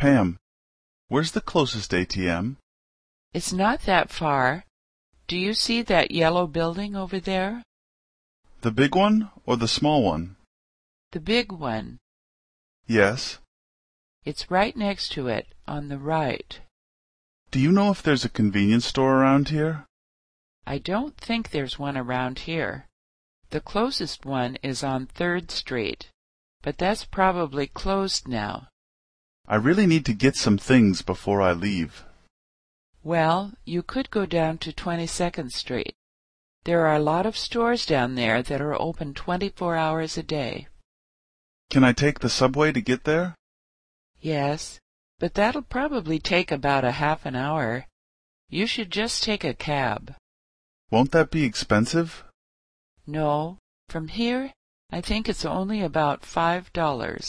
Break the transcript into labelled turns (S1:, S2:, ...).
S1: Pam, where's the closest ATM?
S2: It's not that far. Do you see that yellow building over there?
S1: The big one or the small one?
S2: The big one.
S1: Yes.
S2: It's right next to it, on the right.
S1: Do you know if there's a convenience store around here?
S2: I don't think there's one around here. The closest one is on Third Street, but that's probably closed now.
S1: I really need to get some things before I leave.
S2: Well, you could go down to 22nd Street. There are a lot of stores down there that are open 24 hours a day.
S1: Can I take the subway to get there?
S2: Yes, but that'll probably take about a half an hour. You should just take a cab.
S1: Won't that be expensive?
S2: No, from here, I think it's only about five dollars.